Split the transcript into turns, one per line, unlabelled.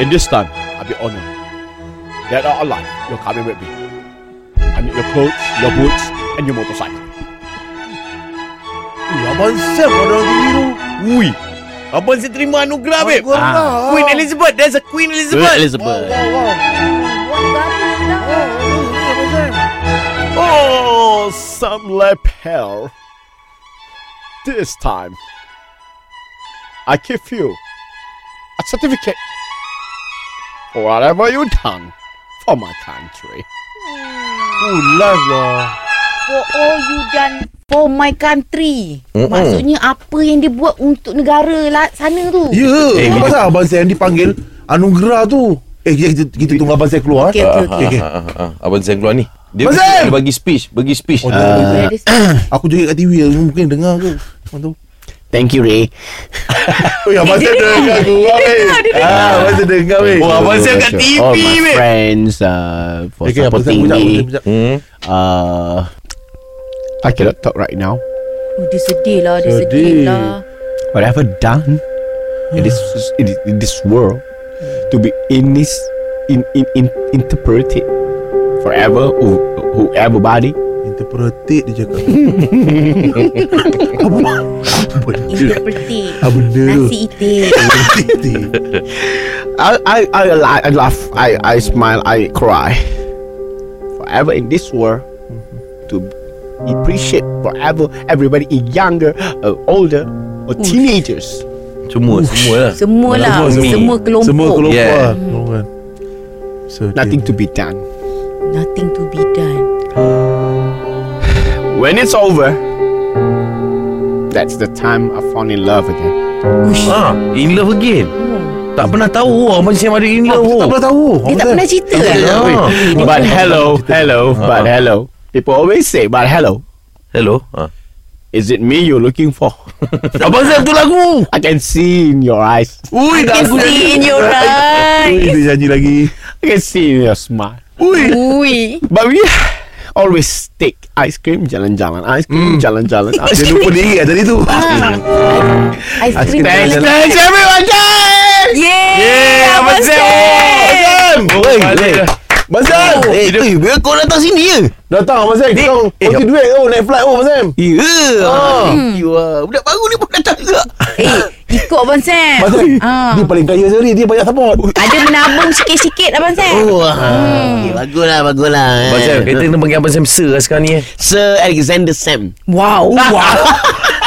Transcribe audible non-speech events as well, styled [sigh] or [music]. In this time, I'll be honored that are alive. You're coming with me. I need your clothes, your boots, and your motorcycle.
Eh, abang Sam kau orang tinggi tu.
Ui,
Abang saya terima anugerah, babe.
Anugerah.
Ah.
Queen Elizabeth. There's a Queen
Good,
Elizabeth.
Wow,
Elizabeth.
wow, wow. Wow, wow, ni Abang Sam.
oh, some lapel. This time, I give you a certificate for whatever you done for my country.
Oh, live lah.
For all you done for my country.
Mm-mm.
Maksudnya apa yang dia buat untuk negara lah sana tu.
Ya,
Eh,
eh,
bila-
pasal abang Sam dipanggil anugerah tu. Eh, kita, kita, kita tunggu abang Sam keluar.
Okey, okey, okey.
okey.
Ah, ah, ah, ah. Abang Sam keluar ni. Dia,
Abang Sam!
dia bagi speech, bagi speech.
Oh,
Ah.
dia-
Boleh ada sikit.
Aku joget kat TV Mungkin dengar ke Orang tu
Thank you, Ray.
Oh ya Abang Sam dengar keluar weh Ah Abang Sam dengar weh
Oh, Abang Sam kat TV,
Congratulations. All my
babe.
friends uh, for
Okay Abang Sam
supporting
Sekejap
me.
sekejap, sekejap.
Hmm.
Uh, I cannot talk right now.
Oh, dia sedih lah, dia
Sedih.
sedih, lah.
What I've done in this in, this- in this world to be in this in in, in interpreted forever who, who everybody.
Interpretate dia cakap Apa
Interpretive.
Apa benda tu
Nasi itik.
Interpretate
I I I, li- I laugh. I I smile. I cry. Forever in this world to appreciate forever everybody is younger, uh, older, or teenagers.
Semua, semua lah.
Semua lah.
Semua, semua.
Semua kelompok.
Semua kelompok
Yeah.
lah Kelompok. So, okay.
Nothing to be done.
Nothing to be done.
When it's over, that's the time I fall in love again.
Ush.
Ah, in love again. Tak pernah tahu oh, Abang Sam ada in love.
Kita Ah, tak
oh.
pernah tahu
Dia tak pernah cerita lah.
Ah.
But hello, hello, but hello. People always say, but hello.
Hello. Ah.
Is it me you're looking for?
Abang Sam tu lagu.
I can see in your eyes.
Ui dah
Can
aku
see in your
Ui
eyes.
dia janji lagi
I can see in your smile.
Ui.
But we always take ice cream, jalan-jalan, ice cream, jalan-jalan.
Dia lupa diri lah
[laughs]
tadi tu
Ice cream.
Thanks,
Yeay.
thanks everyone, thanks!
Abang Sam.
Oi, oi.
Abang Sam
Eh, eh, bila kau datang sini ya?
Datang Abang Sam Kita orang
eh,
Okey duit oh Naik flight oh Abang Sam
Ya. You are. Budak baru ni pun datang juga.
Eh, ikut Abang Sam.
Abang Sam
Ah.
Dia paling kaya sehari Dia banyak support
Ada menabung sikit-sikit Abang Sam.
Oh, hmm. baguslah, baguslah.
Eh. Abang Sam, kita kena panggil Abang Sam Sir lah sekarang ni eh.
Sir Alexander Sam.
Wow. Wow.